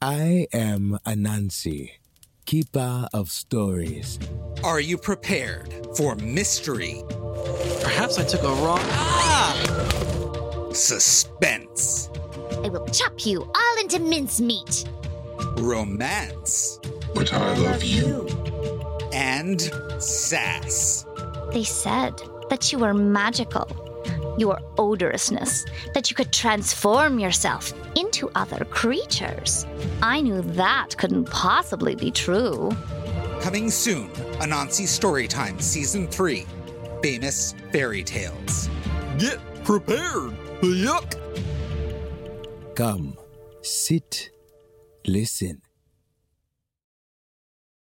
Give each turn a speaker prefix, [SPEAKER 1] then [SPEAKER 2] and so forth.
[SPEAKER 1] I am Anansi, keeper of stories.
[SPEAKER 2] Are you prepared for mystery,
[SPEAKER 3] Perhaps I took a wrong.
[SPEAKER 2] suspense,
[SPEAKER 4] I will chop you all into mincemeat.
[SPEAKER 2] romance,
[SPEAKER 5] But I love you.
[SPEAKER 2] and sass?
[SPEAKER 4] They said that you were magical, your odorousness, that you could transform yourself into other creatures. I knew that couldn't possibly be true.
[SPEAKER 2] Coming soon, Anansi Storytime Season 3 Famous Fairy Tales.
[SPEAKER 6] Get prepared. Yuck.
[SPEAKER 1] Come, sit, listen,